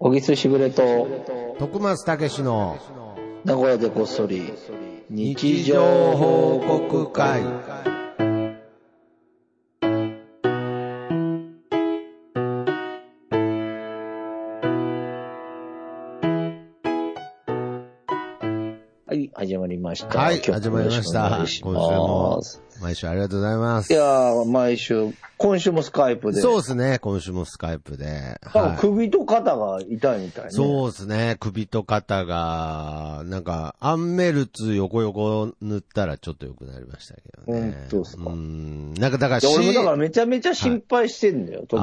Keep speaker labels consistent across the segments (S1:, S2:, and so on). S1: 小木須しぐれと
S2: 徳松たけしの
S1: 名古屋でこっそり日常報告会はい始まりました
S2: はい、
S1: 今日も
S2: 始まりました。
S1: よろ
S2: 今
S1: し
S2: 週
S1: くお願い
S2: も
S1: します、
S2: 毎週ありがとうございます
S1: い。やー毎週今週もスカイプで
S2: そう
S1: う
S2: ですね、今週もスカイプで。はい、
S1: 首と肩が痛いみたいね
S2: そうですね、首と肩が、なんか、アンメルツ横横塗ったらちょっと良くなりましたけどね。
S1: うんそうっすか
S2: うん、なんかだから
S1: で俺も
S2: C-
S1: だからめちゃめちゃ心配してんだよ、徳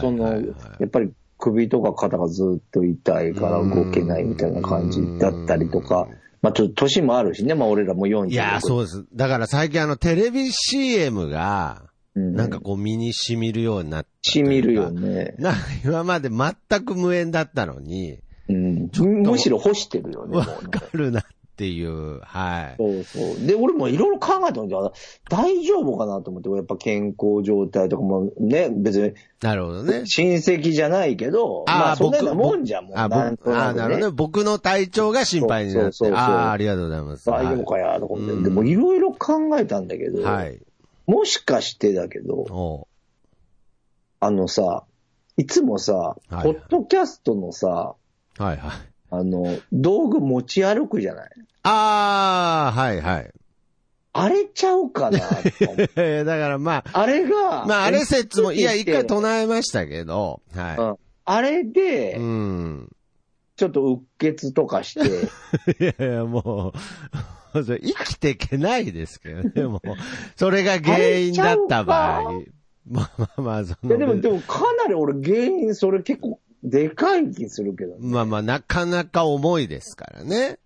S1: 間
S2: ー
S1: さん。
S2: はいはいはい
S1: その、やっぱり首とか肩がずっと痛いから動けないみたいな感じだったりとか、まあちょっと年もあるしね、まあ俺らも46。
S2: いやー、そうです。だから最近あの、テレビ CM が、
S1: うん
S2: なんかこう身に染みるようになったとい
S1: し
S2: うか
S1: みるよね。
S2: なんか今まで全く無縁だったのに、
S1: うん。むしろ干してるよね、も
S2: わ
S1: うね
S2: かるなっていう、はい。
S1: そうそう。で、俺もいろいろ考えたんだけど、大丈夫かなと思って、俺やっぱ健康状態とかもね、別に
S2: なるほどね。
S1: 親戚じゃないけど、まあそんなようなもんじゃん、もう。
S2: あ、
S1: なんと
S2: 僕、
S1: な
S2: あ、
S1: くね
S2: なるほどね。僕の体調が心配になっ
S1: そう
S2: て。
S1: そうそう
S2: ああ、ありがとうございます。
S1: 大丈夫かや、とか思って、
S2: うん
S1: でもいろいろ考えたんだけど、
S2: はい。はい。
S1: もしかしてだけど、
S2: おう
S1: あのさ、いつもさ、
S2: いはい
S1: ポッドキャストのさ、
S2: はいはい。
S1: あの、道具持ち歩くじゃない
S2: ああ、はいはい。
S1: あれちゃうかなと思う
S2: えーだからま
S1: あれが、
S2: あ、まあ、あれ説も、いや、
S1: え
S2: 一回唱えましたけど、は
S1: うんあれ
S2: い。
S1: で
S2: う、ん。
S1: ちょっとうっ血とか して、
S2: いやいや、もう、それ生きていけないですけどね、もう。それが原因だった場
S1: あ
S2: 合。まあまあまあ、そ
S1: いやでも、
S2: の、
S1: でもかなり俺原因それ結構でかい気するけどね。
S2: まあまあ、なかなか重いですからね。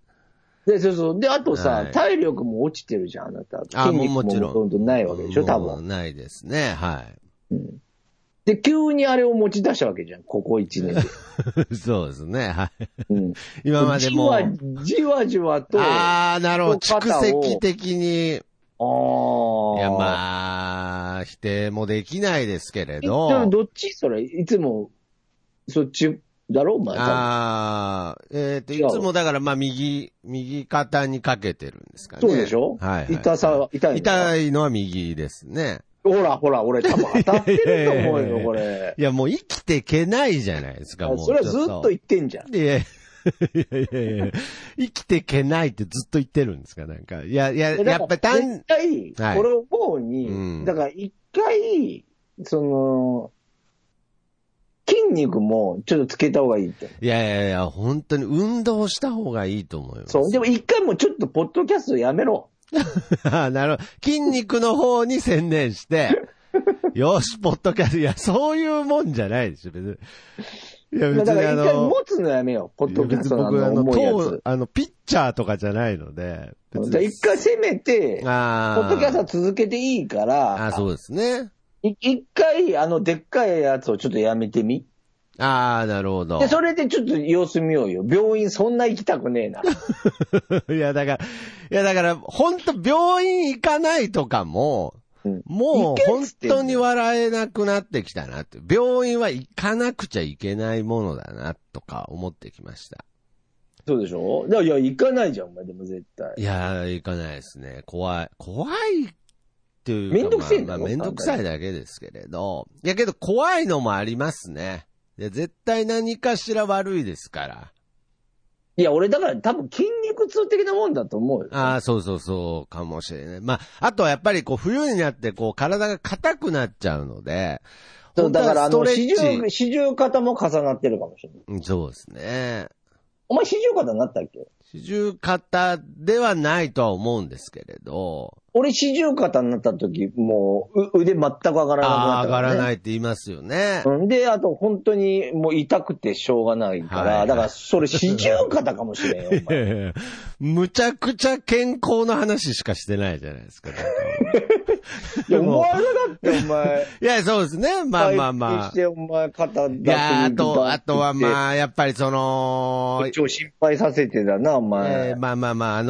S1: で、そうそう。で、あとさ、
S2: はい
S1: 体力も落ちてるじゃん、あなた。
S2: あ
S1: 筋肉
S2: も
S1: も
S2: うもちろん
S1: ほとんどないわけでしょ、多
S2: もう
S1: 分。
S2: ないですね、は
S1: で、急にあれを持ち出したわけじゃん、ここ1年で。
S2: い。そうですね、はい。
S1: うん
S2: 今までもう。
S1: じわじわじわと、あ
S2: ああ、なるほど。
S1: こう
S2: 蓄
S1: 肩を
S2: 積的に。い
S1: あー。
S2: や、まあ、否定もできないですけれ
S1: えでもど
S2: ど。
S1: っちそれ、いつも、そっちだろお前。
S2: ああ、えっ、と、い
S1: 違う
S2: つもだから、まあ、右、右肩にかけてるんですかね。
S1: そうでしょ
S2: はい、はい。
S1: 痛さは、痛いの。
S2: 痛いのは右ですね。
S1: ほらほら、俺多分当たってると思う
S2: いやいやいやい
S1: よ、
S2: や
S1: これ。
S2: いや、もう生きていけないじゃないですか、もう。
S1: それはずっと言ってんじゃん。
S2: いやいやいやいやいや生きていけないってずっと言ってるんですか、なんか。いや、いや、
S1: でだ
S2: や
S1: か
S2: っ
S1: ら
S2: ぱり単
S1: 絶、対、
S2: はい
S1: これを思うに、
S2: うん
S1: だから一回、その、筋肉もちょっとつけた方がいいって。
S2: いやいやいや、本当に運動した方がいいと思います。
S1: そう。でも一回もうちょっとポッドキャストやめろ。
S2: あなるほど。筋肉の方に専 念して、よし、ポッドキャスト。いや、そういうもんじゃないでしょ、別に。いや、
S1: だ
S2: 別
S1: か
S2: に
S1: ら
S2: あ
S1: 一回
S2: の
S1: 持、つのやめよう。ポッドキャス
S2: 別
S1: ト
S2: に
S1: のあ
S2: 僕、あ
S1: の
S2: の、
S1: 重いや
S2: 当
S1: つ。
S2: あの、ピッチャーとかじゃないので、別に
S1: じゃあ一回せめて、ポ
S2: あ
S1: ッ
S2: ー
S1: ドキャストは続けていいか
S2: あ、
S1: ら、
S2: そうですね。
S1: い一回あのでっかいやつをちょっとやめてみ。
S2: ああ、なるほど。
S1: で、それでちょっと様子見ようよ。病院そんな行きたくねえな。
S2: いや、だから、いや、だから、本当病院行かないとかも、
S1: うん
S2: も
S1: 行
S2: う
S1: けっ
S2: 本
S1: つってんの
S2: 当に笑えなくなってきたなって。病院は行かなくちゃいけないものだな、とか思ってきました。
S1: そうでしょだからいや、行かないじゃん、お前でも絶対。
S2: いやー、行かないですね。怖い。怖いっていうか。
S1: めんどくせえん
S2: ま
S1: だ
S2: あ、
S1: ろ
S2: まあめんどくさいだけですけれど。いや、けど怖いのもありますね。いや、絶対何かしら悪いですから。
S1: いや、俺だから多分筋肉痛的なもんだと思うよ。
S2: ああ、そうそうそう、かもしれない。まあ、あとはやっぱりこう、冬になってこう、体が硬くなっちゃうので、
S1: そうだからあ
S2: 本
S1: の、
S2: 当は
S1: 四十、四十肩も重なってるかもしれない。
S2: うんそうですね。
S1: お前四十肩になったっけ
S2: 四十肩ではないとは思うんですけれど、
S1: 俺四十肩になった時、もうう腕全く上がらなくなった。
S2: ああ、上がらないいって言いますよね。
S1: うんで、あと本当にもう痛くてしょうがないから、
S2: はい
S1: だからそれ四十肩かもしれんよ、お
S2: い
S1: 前。
S2: やいやむちゃくちゃ健康の話しかしてないじゃないですか。なんか
S1: いや、お前がだって、お前。
S2: いや、そうですね。まあまあま
S1: 回
S2: あ
S1: 復し。て、お前、肩だ
S2: いや、あと、あとはまあ、やっぱりそ
S1: あこ
S2: の
S1: っ、ちを心配させてだな、お前。
S2: えーまあまあまあ、あ
S1: だ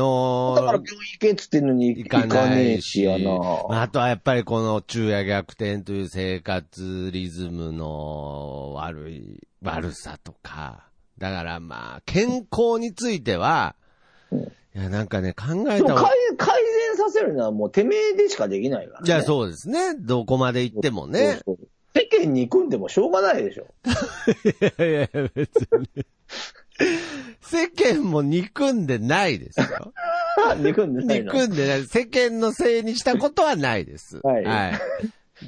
S1: から病
S2: の
S1: 院行けっつってんのに
S2: 行
S1: 行
S2: か
S1: か
S2: な
S1: ね
S2: い
S1: え
S2: し、
S1: しやな。
S2: まあ、あとはやっぱりこの昼夜逆転という生活リズムの悪い、悪さとか。だからまあ、健康については、いや、なんかね、考え
S1: でも
S2: た方が
S1: 改改善させるのはもうてめえでしかできないから、ね。
S2: じゃあそうですね。どこまで行ってもね。
S1: そうそう。世間に行くんでもしょうがないでしょ。
S2: いやいや、別に。世間も憎んでないですよ。
S1: 憎んでないの。
S2: 憎んでない。世間のせいにしたことはないです。
S1: はい
S2: はい。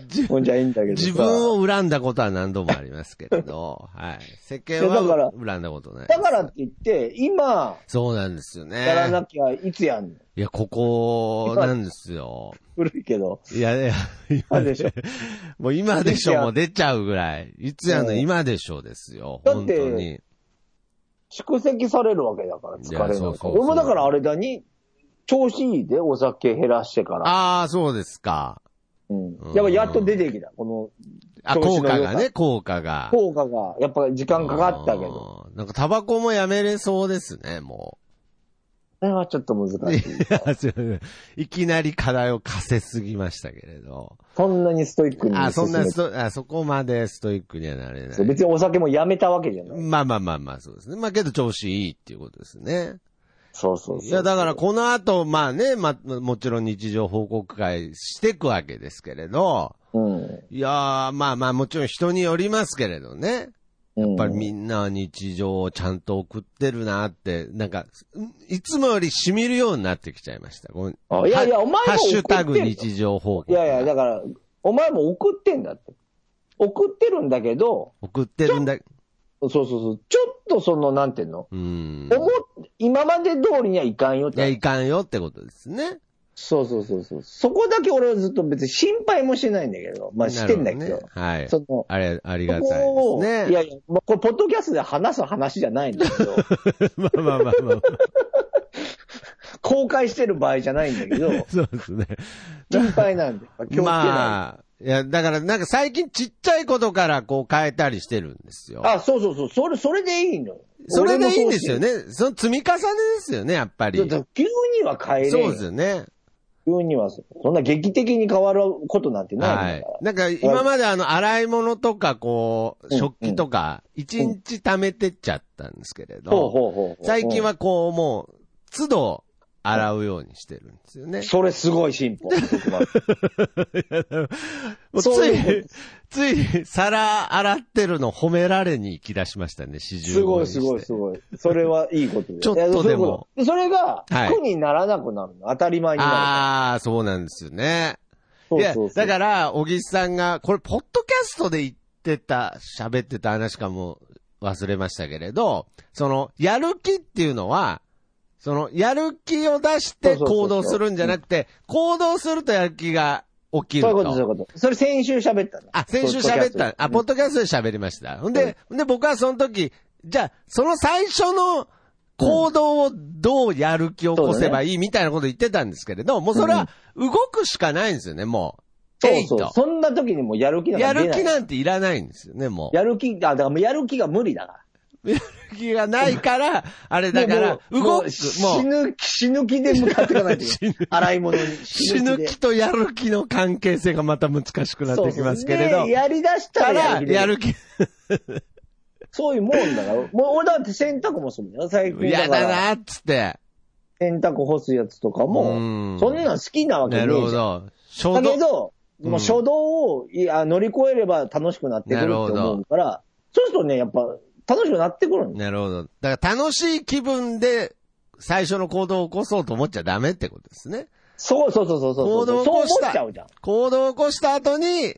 S2: じ
S1: ほんじゃいいんだけどさ。
S2: 自分を恨んだことは何度もありますけ れど、はい。世間
S1: いやだから
S2: は恨んだことない。
S1: だからって言って、今、
S2: そうなんですよ
S1: やら
S2: ね
S1: な。きゃいつやんの
S2: いや、ここなんですよ。
S1: 古いけど。
S2: いやいや、
S1: あ
S2: 今
S1: れで
S2: で
S1: し ょ。
S2: もう今でしょ
S1: いや
S2: もう出ちゃうぐらい。いつやの今でしょですよ。
S1: だっ
S2: 本
S1: て
S2: 当に。
S1: 蓄積されるわけだから、疲れる
S2: いやそ
S1: の
S2: う
S1: か。
S2: そうそ
S1: 俺
S2: う
S1: もだからあれだに、調子いいで、お酒減らしてから。
S2: ああ、そうですか。
S1: うん
S2: うん。
S1: やっぱやっと出てきた。こ
S2: あ、
S1: 調
S2: 効
S1: 子の
S2: 果
S1: 良
S2: が
S1: さ
S2: ね、効果が
S1: の。効果が、やっぱ時間かかったけど。
S2: ど。なんかタバコもやめれそうですね、も
S1: それはちょっと難
S2: う。 い
S1: しい。
S2: やすいませんいきなり課題を課せすぎましたけれど。
S1: そんなにストイックに進めて。
S2: あ、そんなスト、あ、そこまでストイックにはなれない。
S1: 別にお酒もやめたわけじゃない。
S2: まあまあまあまあ、そうですね。まあけど調子いいっていうことですね。
S1: そうそうそう。
S2: いや、だからこの後、まあね、ま、もちろん日常報告会してくわけですけれど、
S1: うん。
S2: いやー、まあまあもちろん人によりますけれどね。
S1: や
S2: やっぱりみんな日常をちゃんと送ってるなって、なんか、うんいつもより染みるようになってきちゃいました。ごめん
S1: あいやいや
S2: ハ
S1: お前も
S2: ハッシュタ
S1: 送
S2: グ
S1: ってんの
S2: 日常報告。
S1: いやいや、だから、お前も送ってんだって。送ってるんだけど、
S2: 送ってるんだ、う
S1: そうそうそう、ちょっとその、なんていうの、
S2: ーん。
S1: 思っ今まで通りにはいかんよっ
S2: いや、
S1: て。
S2: いかんよってことですね。
S1: そうそうそうそう。そこだけ俺はずっと別に心配もしてないんだけど、まあしてんだけど。
S2: なるほねはい。
S1: その
S2: あれ、ありが
S1: そ
S2: たい
S1: こを
S2: で
S1: い
S2: すね。
S1: やいや、もうこれ、ポッドキャストで話す話じゃないんだけど、
S2: まあまあまあまあ。
S1: 公開してる場合じゃないんだけど、
S2: そうですね。
S1: 心配なん で、気をつけない。
S2: まあ、いや、だからなんか最近ちっちゃいことからこう変えたりしてるんですよ。
S1: あ、そうそうそう、それ、それでいいの。
S2: それでいいんですよ
S1: ね。
S2: ね。その積み重ねですよね、やっぱり。
S1: だから急には変えれんよ
S2: そうですよね。
S1: 急にはそ、そんな劇的に変わることなんて
S2: は
S1: ないん
S2: い
S1: だから。。
S2: なんか今まであの洗い物とかこう、
S1: うん
S2: 食器とか、一日溜めてっちゃったんですけれ
S1: ほう
S2: ど、
S1: ほうほうほう。
S2: 最近はこうもう、都度洗うようにしてるんですよ
S1: う
S2: ね
S1: ん、。それすごい進歩。僕は
S2: もうつ
S1: そうい
S2: い、つい皿洗ってるの褒められに行き出しましたね、四十
S1: すごいすごいす ごい。それはいいことで。
S2: ちょっとでも
S1: いやそういうことそれ
S2: は
S1: が
S2: い
S1: 苦にならなくなるの。当たり前にな
S2: ああ、そうなんですよね。
S1: る。
S2: いや
S1: そうそう、そう
S2: だから、小木さんが、これ、ポッドキャストで言ってた、喋ってた話かも忘れましたけれど、その、やる気っていうのは、その、やる気を出し
S1: そうそうそ
S2: て
S1: うそう
S2: 行動するんじゃなくて、行動するとやる気が起きる
S1: そういう
S2: と。
S1: こと、そういうこと。それ先週喋ったの。
S2: あ、先週喋
S1: ポッドキャ
S2: っ
S1: ス
S2: た。
S1: ト
S2: あ、ポッドキャストで喋りました。ほんで、ほんで僕はその時、じゃあ、その最初の行動をどうやる気を起こせばいいみたいなこと言ってたんですけれど、もうそれは動くしかないんですよね、もう。えい
S1: そうそう。
S2: と。
S1: そんな時にもうやる気なんか
S2: や
S1: 出ない。
S2: る気なんていらないんですよね、もう。
S1: やる気、あ、だからもうやる気が無理だから。
S2: やる気がないから、あれだから、
S1: もう
S2: 動
S1: も
S2: く
S1: う、死
S2: もう、
S1: ぬ気、死ぬ気で向かっていかないといけ ない洗い物に。
S2: 死ぬ
S1: で
S2: 気とやる気の関係性がまた難しくなってきますけ
S1: そう
S2: れ
S1: そう
S2: ど
S1: で。やり出した
S2: か
S1: やる
S2: らら、
S1: 気出
S2: や
S1: る
S2: る気、
S1: そういうもんだから。もう俺だって洗濯もするんだよ。最近だ
S2: 嫌
S1: か
S2: だ
S1: ら。
S2: な、っつって。
S1: 洗濯干すやつとか
S2: うん
S1: も、そんなん好きなわけね
S2: な
S1: え
S2: る
S1: じゃ
S2: ほ
S1: ん。
S2: ど。衝
S1: だ
S2: 動
S1: けど、
S2: うん
S1: もう初動をいや乗り越えれば楽しくなってくるって思うから、そうするとね、やっぱ楽しくなってくるんだよ。
S2: なるほど。だから楽しい気分で最初の行動を起こそうと思っちゃダメってことですね。
S1: そうそうそうそうそ
S2: 行
S1: う。
S2: 動
S1: そう思っ
S2: を起こした
S1: ちゃうじゃん。
S2: 行動を起こした後に、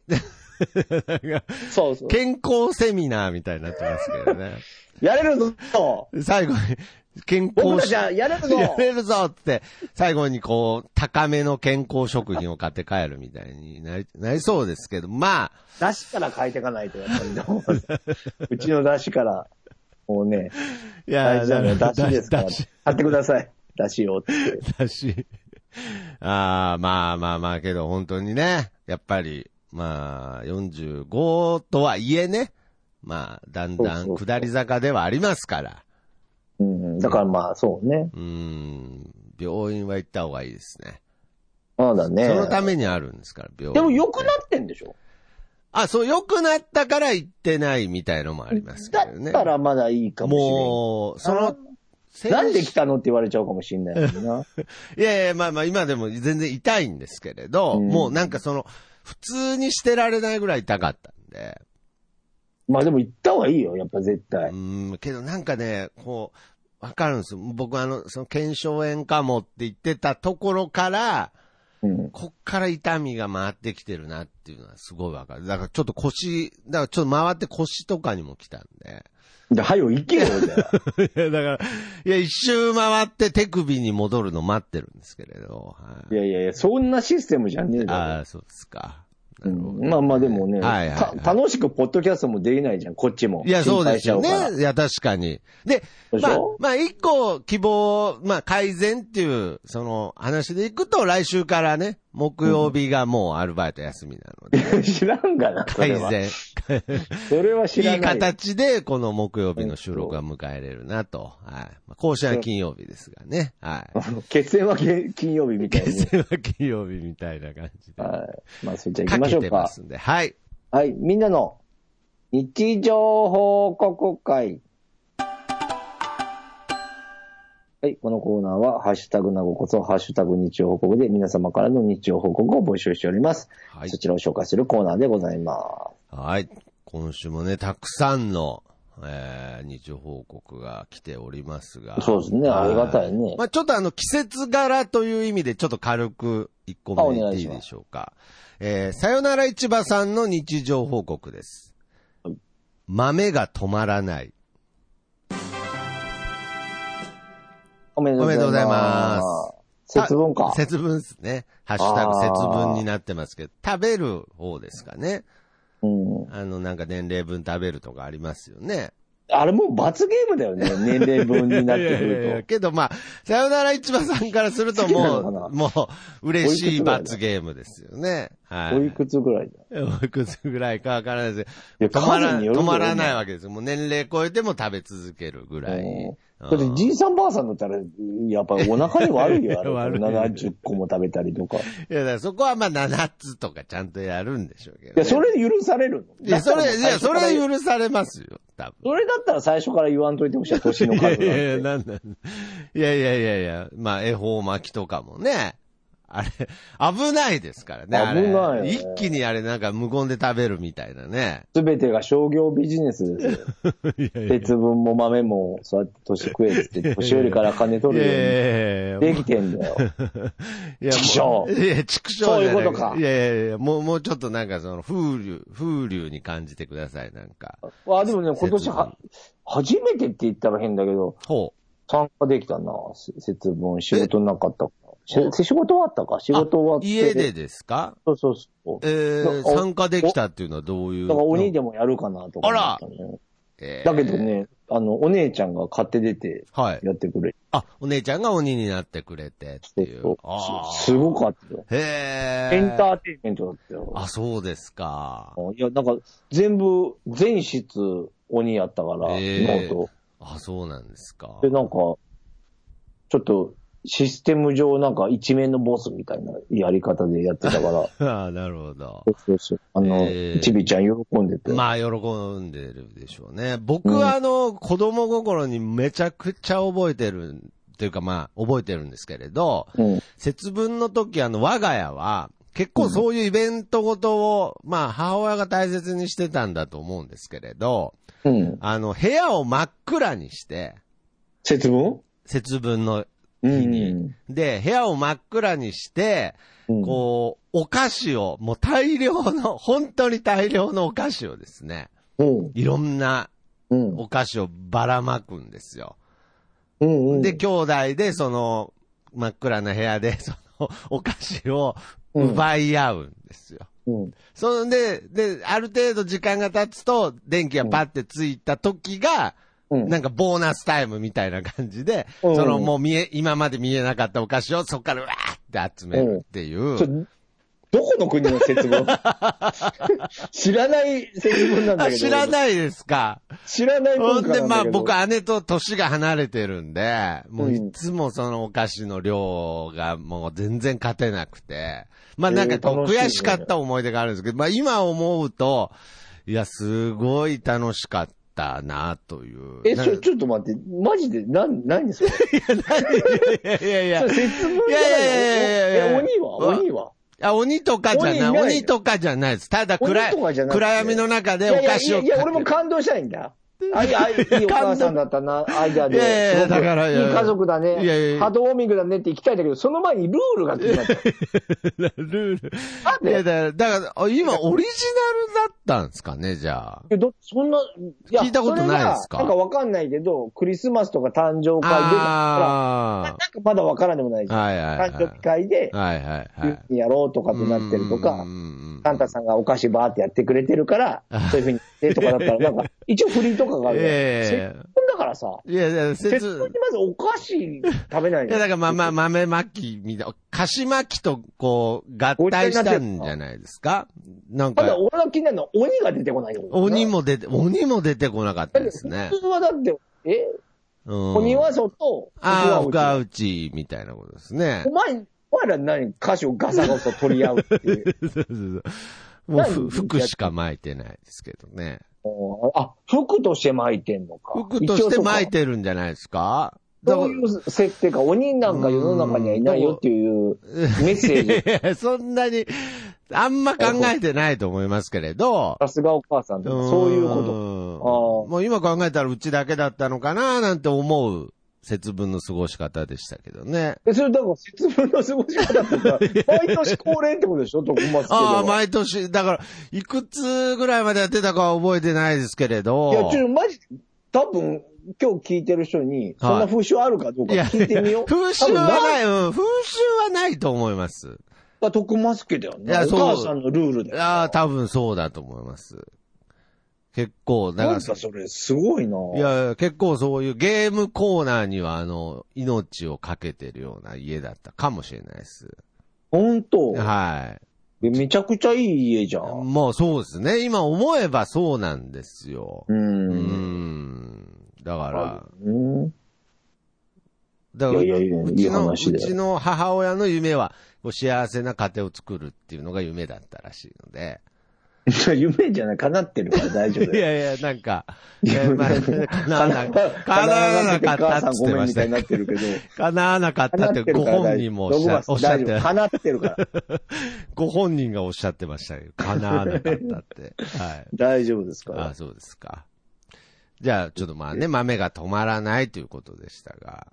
S1: そうそう。
S2: 健康セミナーみたいになってますけどね。
S1: やれるぞ
S2: 最後に、健
S1: 僕た
S2: 康
S1: ちはやれるぞ
S2: やれるぞって、最後にこう、高めの健康食品を買って帰るみたいになり、なりそうですけど、まあ、
S1: 出しから変えていかないと、やっぱりね。 うちの出しから、もうね、
S2: い
S1: 大事なのは
S2: だ
S1: 出汁ですから、
S2: だし、
S1: 買ってください。出汁をって。
S2: だし、 ああ、まあまあまあ、けど本当にね、やっぱり、まあ、45とはいえね、まあ、だんだん
S1: そうそうそう
S2: 下り坂ではありますから。
S1: うん、だからまあ、そうね。
S2: うーん、病院は行った方がいいですね。
S1: まだね。
S2: そのためにあるんですから、病院。
S1: でも良くなってんでしょ
S2: あ、そう、良くなったから行ってないみたいのもありますけ
S1: だ
S2: どね。
S1: ったらまだいいかもしれない。
S2: もう、その、先
S1: なんで来たのって言われちゃうかもしれないもん な。
S2: いやいや、まあまあ、今でも全然痛いんですけれど、
S1: うん
S2: もうなんかその、普通にしてられないぐらい痛かったんで、
S1: まあでも行った方がいいよ、やっぱ絶対
S2: う。ん、けどなんかね、こう、わかるんですよ。僕あの、その、腱鞘炎かもって言ってたところから、
S1: うん。
S2: こっから痛みが回ってきてるなっていうのはすごいわかる。だからちょっと腰、だからちょっと回って腰とかにも来たんで。
S1: で、はよ行けよ、じゃ あ。
S2: いや、 だから、いや、一周回って手首に戻るの待ってるんですけれど。はい
S1: いやいやいや、そんなシステムじゃねえだ
S2: あ
S1: ろ。
S2: あ、そうですか。な
S1: う
S2: るほど
S1: ん、まあまあでもね、
S2: はいはいはい
S1: た楽しくポッドキャストもできないじゃん、こっちも。
S2: いや、そうですよ
S1: 心配しちゃうから
S2: ね。いや、確かに。で、
S1: でし
S2: まあ
S1: ょ、
S2: まあ、一個希望、まあ、改善っていう、その、話でいくと、来週からね、木曜日がもうアルバイト休みなの で、
S1: 知らんがな、それ
S2: 改
S1: は。
S2: 善。
S1: それは知らないい。
S2: い形で、この木曜日の収録が迎えれるなと。はい。まあ、更新は金曜日ですがね。はい。
S1: 血縁はげ金曜日みたい
S2: 決
S1: に。
S2: 戦は金曜日みたいな感じで。
S1: はい。まあ、それじゃあ行
S2: か
S1: きまし
S2: け
S1: ょ
S2: て
S1: う
S2: ま
S1: か。
S2: すんで。はい。
S1: はい。みんなの日常報告会。はい。このコーナーは、ハッシュタグなごこそ、ハッシュタグ日常報告で皆様からの日常報告を募集しております。
S2: はい
S1: そ。ちらを紹介するコーナーでございま
S2: はい。今週もね、たくさんの、えー、日常報告が来ておりますが。
S1: そうですね
S2: は
S1: ありがたいね
S2: まあちょっとあの、季節柄という意味で、ちょっと軽く一個
S1: あお
S2: 目言っ
S1: 願
S2: て
S1: い
S2: い
S1: し
S2: い
S1: ます
S2: でしょうか。えー、さよなら市場さんの日常報告です
S1: はい。
S2: 豆が止まらない。
S1: す。おめでとうございます。
S2: おめでとうございます
S1: 節分か
S2: あ。節分ですね。ハッシュタグ
S1: あー
S2: 節分になってますけど、食べる方ですかね。
S1: うん。
S2: あの、なんか年齢分食べるとかありますよね。
S1: あれもう罰ゲームだ よね。年齢分になってく
S2: いやいやいや
S1: る
S2: けどまあ、さよなら市場さんからすると
S1: 好きなのか
S2: も
S1: な
S2: う、もう、嬉しい罰ゲームですよね。は
S1: と。
S2: い。
S1: おいくつぐらいだ
S2: おいくつぐらいかわからないです
S1: いや
S2: 止まら
S1: 数による
S2: 止
S1: よ
S2: まらないわけですよ。もう年齢超えても食べ続けるぐらい。
S1: だってじいさんばあさんだったら、やっぱりお腹に悪いよ、あれ。
S2: 悪い
S1: 70個も食べたりとか。い
S2: いや、だからそこはまあ7つとかちゃんとやるんでしょうけど、ね。
S1: や、それ許されるの
S2: いや、そ
S1: だ
S2: れ、
S1: っ
S2: い
S1: たら
S2: や、それ
S1: 最初から
S2: 許されますよ、多分。
S1: それだったら最初から言わんといてほしい、年の
S2: いや
S1: 数
S2: いやいや、
S1: は。
S2: なんなんいやいやいやいや、まあ、恵方巻きとかもね。あれ、危ないですからね。あれ
S1: 危ないよね
S2: 一気にあれなんか無言で食べるみたいなね。
S1: すべてが商業ビジネスですよ。
S2: いやいやい
S1: 鉄分も豆も、そうやって年食えっつって、年寄りから金取るよう
S2: やいやいや
S1: にできてん だよ。
S2: いや、もう
S1: 畜生
S2: いや、畜生じゃな
S1: そういうことか
S2: いやいやいや、もう、もうちょっとなんかその、風流、風流に感じてください、なんか。
S1: あ、でもね、今年は、初めてって言ったら変だけど、
S2: ほう。
S1: 参加できたな、せ節分。仕事なかったから。し仕事終わったか仕事終わって。
S2: 家でですか
S1: そうそうそう。
S2: えー、
S1: お
S2: 参加できたっていうのはどういう。
S1: だからお兄でもやるかなとか思ったね、
S2: えー
S1: だけど。ね、あの、お姉ちゃんが買って出て
S2: はい。
S1: やってくれ
S2: あ、お姉ちゃんが鬼になってくれてって
S1: て、
S2: いう。あ
S1: すすご
S2: い。
S1: かったよ。
S2: へえ。
S1: エンターテインメントだったよ。
S2: あ、そうですか。
S1: いや、なんか、全部、全室鬼やったから、
S2: ええ
S1: ノート。
S2: あ、そうなんですか。
S1: で、なんか、ちょっと、システム上なんか一面のボスみたいなやり方でやってたから、
S2: あなるほど
S1: そ。うそうそうあの、
S2: ええ
S1: ちびちゃん喜んでて。
S2: まあ、喜んでるでしょうね。僕
S1: うん
S2: は、あの、子供心にめちゃくちゃ覚えてる、っていうかまあ、覚えてるんですけれど、
S1: うん。
S2: 節分の時、あの、我が家は、結構そういうイベントごとを、まあ、母親が大切にしてたんだと思うんですけれど、
S1: うん。
S2: あの、部屋を真っ暗にして、
S1: 節分
S2: 節分の
S1: う
S2: 日に
S1: ん。
S2: で、部屋を真っ暗にして、
S1: うん
S2: こう、お菓子を、もう大量の、本当に大量のお菓子をですね、
S1: うん。
S2: いろんな
S1: うん。
S2: お菓子をばらまくんですよ。
S1: うんうん。
S2: で、兄弟で、その、真っ暗な部屋で、 その、お菓子を奪い合うんですよ。
S1: うん。
S2: そんで、で、ある程度時間が経つと、電気がパってついた時
S1: うん
S2: が、なんかボーナスタイムみたいな感じで、
S1: うん
S2: そのもう見え、今まで見えなかったお菓子をそこからうわーっって集めるっていう。
S1: ちょどこの国の節 分知らない節分なんだ
S2: あ
S1: けど。
S2: 知らないですか。
S1: 知らない文
S2: ほん
S1: 化なんだけど。
S2: で、まあ僕姉と年が離れてるんで、もう
S1: うん
S2: いつもそのお菓子の量がもう全然勝てなくて、まあなんかこう
S1: えー
S2: 悔しかった思い出があるんですけど、まあ今思うと、いや、すごい楽しかったなという。
S1: え、
S2: な
S1: ちょ、ちょっと待って、マジで、なん、何それ。そ
S2: いやいやいや
S1: れ。節分じゃない
S2: いやいやいやいやいや
S1: のえ、鬼は鬼は
S2: あ、鬼とかじゃな
S1: 鬼
S2: い。
S1: い
S2: 鬼
S1: ない
S2: とかじゃないです。ただ暗い、
S1: 鬼とかじゃなくて
S2: 暗闇の中
S1: い
S2: で
S1: や
S2: お
S1: いや
S2: 菓
S1: い
S2: 子を
S1: や、
S2: 買って。
S1: いや、俺 も感動したいん だ。あいあいいいお母さんだったな、間で。
S2: いやいやいや
S1: すごく
S2: だからい
S1: い
S2: や
S1: い家族だね。
S2: いやいやいや
S1: ハードウォーミングだねって行きたいんだけど、その前にルールが気にな った。
S2: ルール。
S1: なん
S2: い
S1: で
S2: やだから、だから、今オリジナルだったんですかね、じゃあ。
S1: えどそんな、い
S2: 聞いたことないです
S1: それが
S2: か
S1: なんかわかんないけど、クリスマスとか誕生会で、ななんか
S2: あ
S1: まだわからんでもないじ
S2: あ。
S1: ゃん。
S2: はいはいはい
S1: 誕。生日会で、
S2: はいはいは
S1: 冬
S2: い。
S1: にやろうとかってなってるとか
S2: うん、うんうん
S1: サンタさんがお菓子バーってやってくれてるから、そういうふうにしてとかだったら、なんか、一応振りとかがある。
S2: え
S1: 節分だからさ、
S2: えいやいや、
S1: 節
S2: 節
S1: 分にまずお菓子食べない
S2: い
S1: じゃん
S2: や、だからまあまあ、豆巻きみたいな、菓子巻きとこう、合体したんじゃないですかなん
S1: ただ
S2: か、
S1: 俺が気になるのは鬼が出てこないよ
S2: 鬼。も出て、鬼も出てこなかったですね
S1: 普。通はだって、え
S2: うん
S1: 鬼は外、
S2: ああ、
S1: 福は
S2: 深打ちみたいなことですね
S1: 内。お。前、お前ら何歌詞をガサガサ取り合うっていう。
S2: そうそうそうもうふ、服しか巻いてないですけどね。
S1: おーあ、服として巻いてんのか。
S2: 服として巻い
S1: る。
S2: てるんじゃないですかだか
S1: そ
S2: ら
S1: ういう設定か、鬼なんか世の中にはいないよっていうメッセージ。
S2: いやいやそんなに、あんま考えてないと思いますけれど。
S1: さすがお母さんだそういうこと。
S2: ともう今考えたらうちだけだったのかななんて思う節分の過ごし方でしたけどね。
S1: え、それだから節分の過ごし方ってさ、 毎年恒例ってことでしょ徳松家で
S2: ああ、
S1: は。
S2: 毎年、だから、いくつぐらいまでやってたかは覚えてないですけれど。
S1: いや、ちょっとマジ、多分、今日聞いてる人に、そんな風習あるかどうか
S2: いや
S1: 聞いてみよう。
S2: 風習
S1: 多
S2: は
S1: 分
S2: な
S1: ない
S2: い、うん、風習はないと思います。
S1: が徳松家だよね。
S2: いや
S1: お
S2: そう
S1: 母さんのルールで。
S2: ああ、多分そうだと思います。結構、だ
S1: な
S2: か
S1: ん
S2: ら、
S1: かそれ、すごいな。
S2: いやいや、結構そういうゲームコーナーには、あの、命をかけてるような家だったかもしれないです。
S1: ほんと。
S2: は
S1: えめちゃくちゃいい家じゃ
S2: い。
S1: ん。
S2: もうそうですね。今思えばそうなんですよ。
S1: う
S2: うー
S1: ん。
S2: ん。だから、
S1: うん。
S2: だ
S1: いや
S2: から、
S1: いやいや、
S2: う
S1: いい
S2: ちの、う
S1: 話だ
S2: ち
S1: よ。
S2: の母親の夢は、こう幸せな家庭を作るっていうのが夢だったらしいので。
S1: 夢じゃない、叶ってるから大丈夫
S2: い
S1: だよ。
S2: やいや、なんか、いやまあ叶わな叶わ
S1: 叶
S2: なか
S1: わ母
S2: ったっ
S1: さん
S2: つっ
S1: ご
S2: て
S1: めん
S2: ま
S1: み
S2: し
S1: い
S2: たた
S1: になってるけど。
S2: 叶わなかったってご本人もおっしゃおっしゃって、
S1: 叶ってるから
S2: ご本人がおっしゃってましたけど、叶わなかったって。はい。
S1: 大丈夫ですか
S2: ああ
S1: ら。
S2: そうですか。じゃあ、ちょっとまあね、豆が止まらないということでしたが。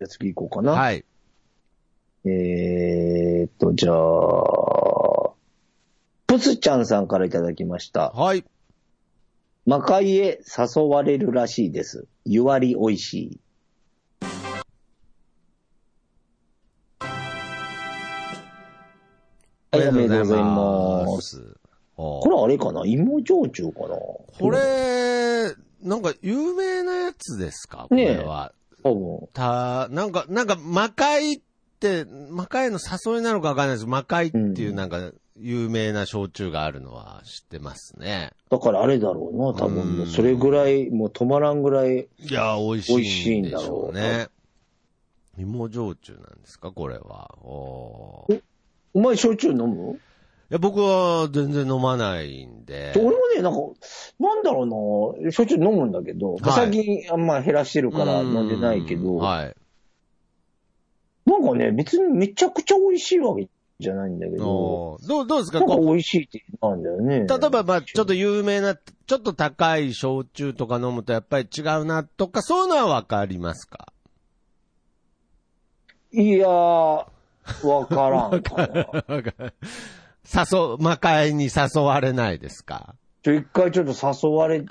S1: じゃあ次行こうかな。
S2: はい。
S1: えーっと、じゃあ、プスちゃんさんからいただきました。
S2: はい。
S1: 魔界へ誘われるらしいです。湯割り美味しい。はい、おめでとうございます。
S2: す。お
S1: これあれかな芋焼酎かな
S2: これ、なんか有名なやつですかこ
S1: ねえ
S2: れは。
S1: 多
S2: た、なんか、なんか、魔界って、魔界の誘いなのかわかんないです。魔界っていううんなんか、有名な焼酎があるのは知ってますね。
S1: 分。だからあれだろうな、多
S2: う
S1: 分。
S2: ん
S1: それぐらい、もう止まらんぐらい。
S2: いやー、美
S1: 美
S2: 味
S1: 味
S2: し
S1: し
S2: い
S1: い
S2: ん
S1: ん
S2: で
S1: だ
S2: し
S1: ろ
S2: ょ
S1: う
S2: うね。芋焼酎なんですかこれは。おーい
S1: お前焼酎飲む
S2: や、僕は全然飲まないんで。
S1: 俺もね、なんか、なんだろうな、焼酎飲むんだけど、
S2: はい
S1: 最近あんま減らしてるから飲んでないけ
S2: う
S1: ど、
S2: んはい。
S1: なんかね、別にめちゃくちゃ美味しいわけじゃないんだけど、
S2: おーどう、どうですか
S1: なんか
S2: こう
S1: 美味しいって言ったんだよね。
S2: 例えば、まあ、ちょっと有名な、ちょっと高い焼酎とか飲むとやっぱり違うなとか、そういうのはわかります か
S1: いやー、わからん かな。
S2: なんか誘う、魔界に誘われないですか
S1: ちょ、一回ちょっと誘われてみよ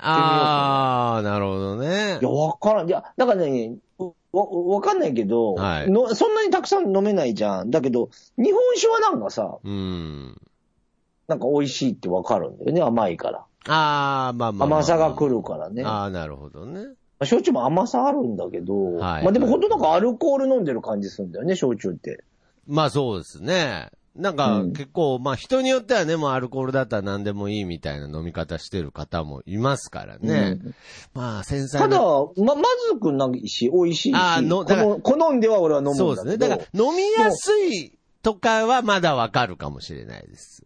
S1: うか
S2: あー、なるほどね
S1: な。い。や、わからん。いや、なんかね、わ、わかんないけど、
S2: はい
S1: の、そんなにたくさん飲めないじゃん。だけど、日本酒はなんかさ、
S2: うん。
S1: なんか美味しいってわかるんだよね、甘いから。
S2: あー、まあまあ、まあ。
S1: 甘さが来るからね。
S2: ああ、なるほどね。
S1: まあ焼酎も甘さあるんだけど、
S2: はい
S1: まあでも本当なんかアルコール飲んでる感じするんだよね、焼酎って。
S2: まあそうですね。なんか
S1: うん
S2: 結構、まあ人によってはね、もうアルコールだったら何でもいいみたいな飲み方してる方もいますからね。
S1: うん
S2: まあ繊細
S1: ただ、
S2: な。
S1: ま、まずくないし、美味しいし、
S2: あーのだから
S1: 好好んでは俺は飲むんだけ
S2: そ
S1: ど。
S2: うですね。だから飲みやすいとかはまだわかるかもしれないです。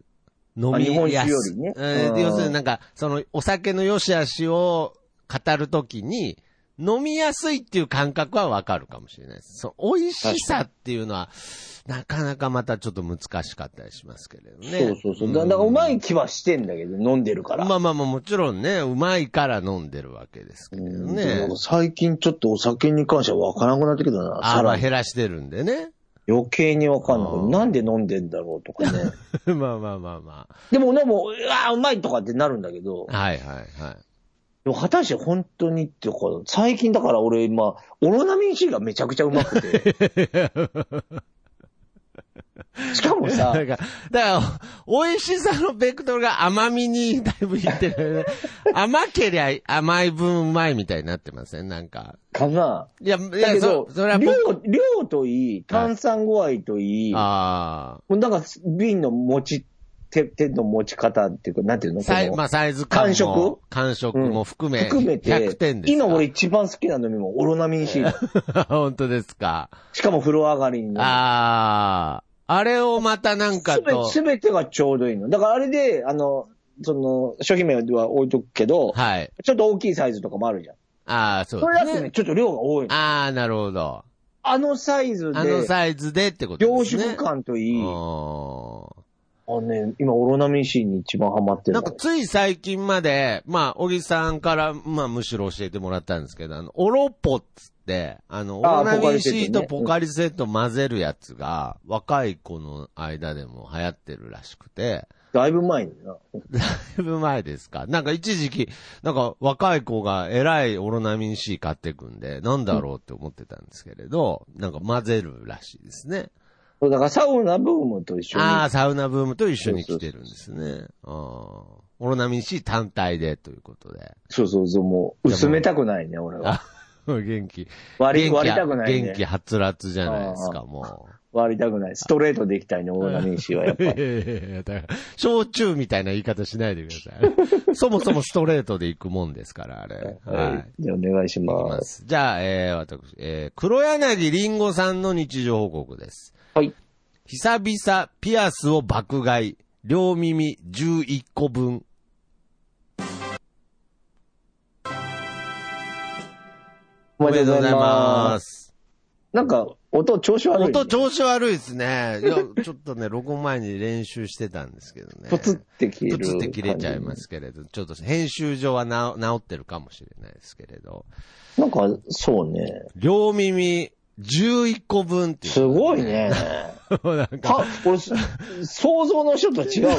S2: 飲みやすい。
S1: 日本酒よりね
S2: うん
S1: うん
S2: 要するになんか、そのお酒の良し悪しを語るときに、飲みやすいっていう感覚はわかるかもしれないです。その美味しさっていうのは、なかなかまたちょっと難しかったりしますけれどね。
S1: そうそうそう。だだからうまい気はしてんだけど、飲んでるから。
S2: まあまあまあ、もちろんね、うまいから飲んでるわけですけれど
S1: うん
S2: ね。
S1: 最近ちょっとお酒に関しては分からなくなってきたな。
S2: あ
S1: さ
S2: ま
S1: ら
S2: あ
S1: に
S2: 減らしてるんでね。
S1: 余計に分かんな
S2: う
S1: い。
S2: ん
S1: なんで飲んでんだろうとか ね。
S2: まあまあまあま
S1: でも俺も、うわーうまいとかってなるんだけど、
S2: あ。はいはいはい。
S1: でも果たして本当にっていうか、最近だから俺今、オロナミン C がめちゃくちゃうまくて。 しかも
S2: だ
S1: さ
S2: か、ら、だから、美味しさのベクトルが甘みにだいぶいって るよね。甘けりゃ甘い分うまいみたいになってません、なんか。
S1: かな。
S2: いや、い
S1: だ
S2: や、
S1: け
S2: そ
S1: ど、
S2: それは
S1: 量
S2: 僕、、
S1: 量といい、炭酸具合といい、
S2: あ
S1: もうなんか瓶の持ち、手、手の持ち方っていうか、なんていう
S2: あ、
S1: の
S2: サイ
S1: この
S2: まあ、サイズ感も。
S1: 感触
S2: 感触も含め、
S1: 含めて、
S2: 100点ですか。
S1: 今俺一番好きな飲み物、オロナミン C。
S2: 本当ですか。
S1: しかも風呂上がりに。
S2: ああ、あれをまたなんか
S1: すべ
S2: と。
S1: すべてがちょうどいいの。だからあれで、あの、その、商品名は置いとくけど、
S2: はい。
S1: ちょっと大きいサイズとかもあるじゃん。
S2: ああ、そう
S1: それだ
S2: で
S1: と
S2: す
S1: ね、
S2: ね。
S1: ちょっと量が多いの。
S2: ああ、なるほど。
S1: あのサイズ
S2: あの
S1: で、
S2: サイズでってこと
S1: 凝
S2: ですね。
S1: 縮感といい、
S2: うん
S1: あのね、今オロナミン C に一番ハマってる
S2: なん
S1: の
S2: かつい最近まで、まあ、小木さんから、まあ、むしろ教えてもらったんですけど、あの、オロポっつって、あの、オ
S1: あー
S2: ロナミン
S1: ポカリ
S2: C
S1: スエット
S2: と
S1: ね
S2: ポカリスエット混ぜるやつが、若い子の間でも流行ってるらしくて、
S1: だいぶ前にな。
S2: だいぶ前ですか。なんか一時期、なんか若い子が偉いオロナミン C 買ってくんで、なんだろうって思ってたんですけれど、なんか混ぜるらしいですね。
S1: そうだからサウナブームと一緒に。
S2: ああ、サウナブームと一緒に来てるんですね。あーオロナミン C 単体でということで。
S1: そうそうそう、もう、薄めたくないね、俺は。
S2: あ、元気。
S1: 割り、
S2: 元気
S1: 割りたくない
S2: 元気
S1: ね。
S2: はつらつじゃないですか、も
S1: 割りたくない。ストレートでいきたいね、オロナミン C はやっ
S2: う。
S1: ぱ
S2: いや
S1: り
S2: い。やいや、だから、焼酎みたいな言い方しないでくださ い。そもそもストレートで行くもんですから、あれ。 はい。
S1: はい。じゃあお願いし
S2: いき
S1: ま。
S2: ますす。じゃあ、えー、私、えー、黒柳りんごさんの日常報告です。
S1: はい。
S2: 久々、ピアスを爆買い。両耳11個分。
S1: おめでとうございます。
S2: す。
S1: なんか、音調子悪い、ね。
S2: 音調子悪いですね。いや、ちょっとね、 録音前に練習してたんですけどね。
S1: プツって切れる
S2: プ
S1: 感
S2: ツ
S1: じ。
S2: って切れちゃいますけれど、ちょっと編集上はな治ってるかもしれないですけれど、
S1: なんか、そうね。
S2: 両耳11個分っていう、
S1: すごい。ね。
S2: なんか、
S1: か、俺、す想像の人と違う わ。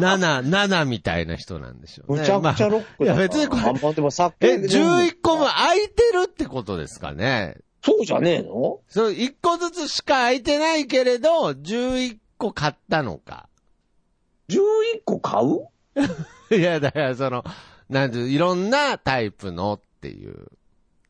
S2: 7、7みたいな人なんでしょうね。
S1: むちゃくちゃロックだな、
S2: まあいや、別にこ
S1: あ
S2: れ、
S1: んまでも作
S2: え、
S1: 品で全部
S2: 11個分空いてるってことですかね。
S1: そうじゃねえの
S2: そう、1個ずつしか空いてないけれど、11個買ったのか。
S1: ?11 個買う
S2: いや、だからその、なんていう、いろんなタイプのっていう。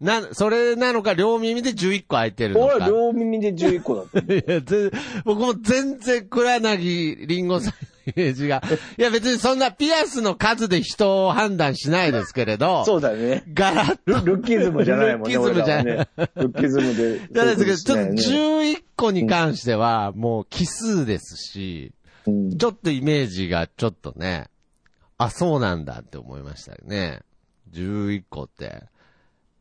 S2: な、それなのか、両耳で11個空いてるの
S1: 俺は
S2: か。
S1: 両耳で11個だっ た。
S2: いや、ぜ僕も全然黒柳りんごさんのイメー ジが。いや、別にそんなピアスの数で人を判断しないですけれど。
S1: そうだよね。
S2: ガラッと。
S1: ルルッキズムじゃないもんね。
S2: ルッキズムじゃない
S1: 俺らはね。ルッキズムで。
S2: じゃないですけど、ちょっと
S1: そういうこ
S2: 11個に関しては、もう奇数ですし、
S1: としないよね
S2: ちょっとイメージがちょっとね、あ、そうなんだって思いましたね。11個って。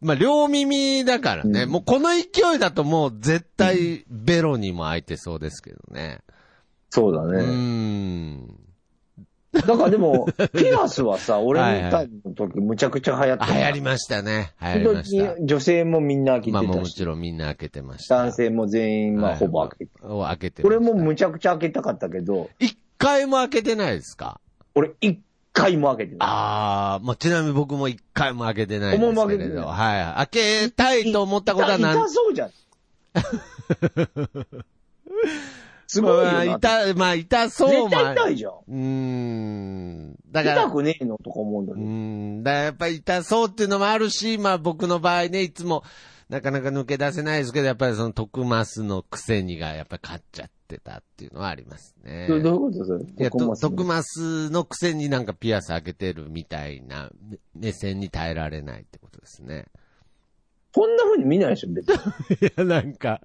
S2: まあ、両耳だからね、
S1: うん
S2: もうこの勢いだともう絶対ベロにも開いてそうですけどね。
S1: そうだ
S2: うー
S1: ね。
S2: ん。
S1: だからでも、ピアスはさ、俺
S2: はいは
S1: の
S2: い
S1: タイプの時むちゃくちゃ流行って
S2: 流行りましたね。流行りました。
S1: 女性もみんな開け
S2: まあも
S1: て
S2: う
S1: た
S2: も
S1: し
S2: ち、ろんみんな開けてました。
S1: 男性も全員、まあ、ほぼ開けて。
S2: を開けてま
S1: 俺
S2: した。
S1: もむちゃくちゃ開けたかったけど、
S2: 一回も開けてないですか
S1: 俺一回も開けてない。
S2: ああ、まあ、ちなみに僕も一回も開けてないんで
S1: 僕も
S2: す
S1: 開
S2: け
S1: け
S2: れ
S1: てな
S2: ど。
S1: い
S2: はい。開けたいと思ったことは
S1: 痛
S2: 何
S1: 痛そうじゃ ん。すごいよ
S2: まあ、
S1: な。
S2: 痛、まあ、痛そう
S1: 絶対
S2: まあ
S1: 痛いじゃん。
S2: うーん。だから、
S1: 痛
S2: う
S1: くねえのとか思うんだ
S2: ー
S1: けど。
S2: ん。だからやっぱり痛そうっていうのもあるし、まあ僕の場合ね、いつも、なかなか抜け出せないですけど、やっぱりその徳マスのくせにがやっぱり勝っちゃってたっていうのはありますね。
S1: どういうことですか
S2: いや、と徳マスのくせになんかピアス開けてるみたいな目目線に耐えられないってことですね。
S1: こんな風に見 ないでしょ、別に。
S2: いや、なんか。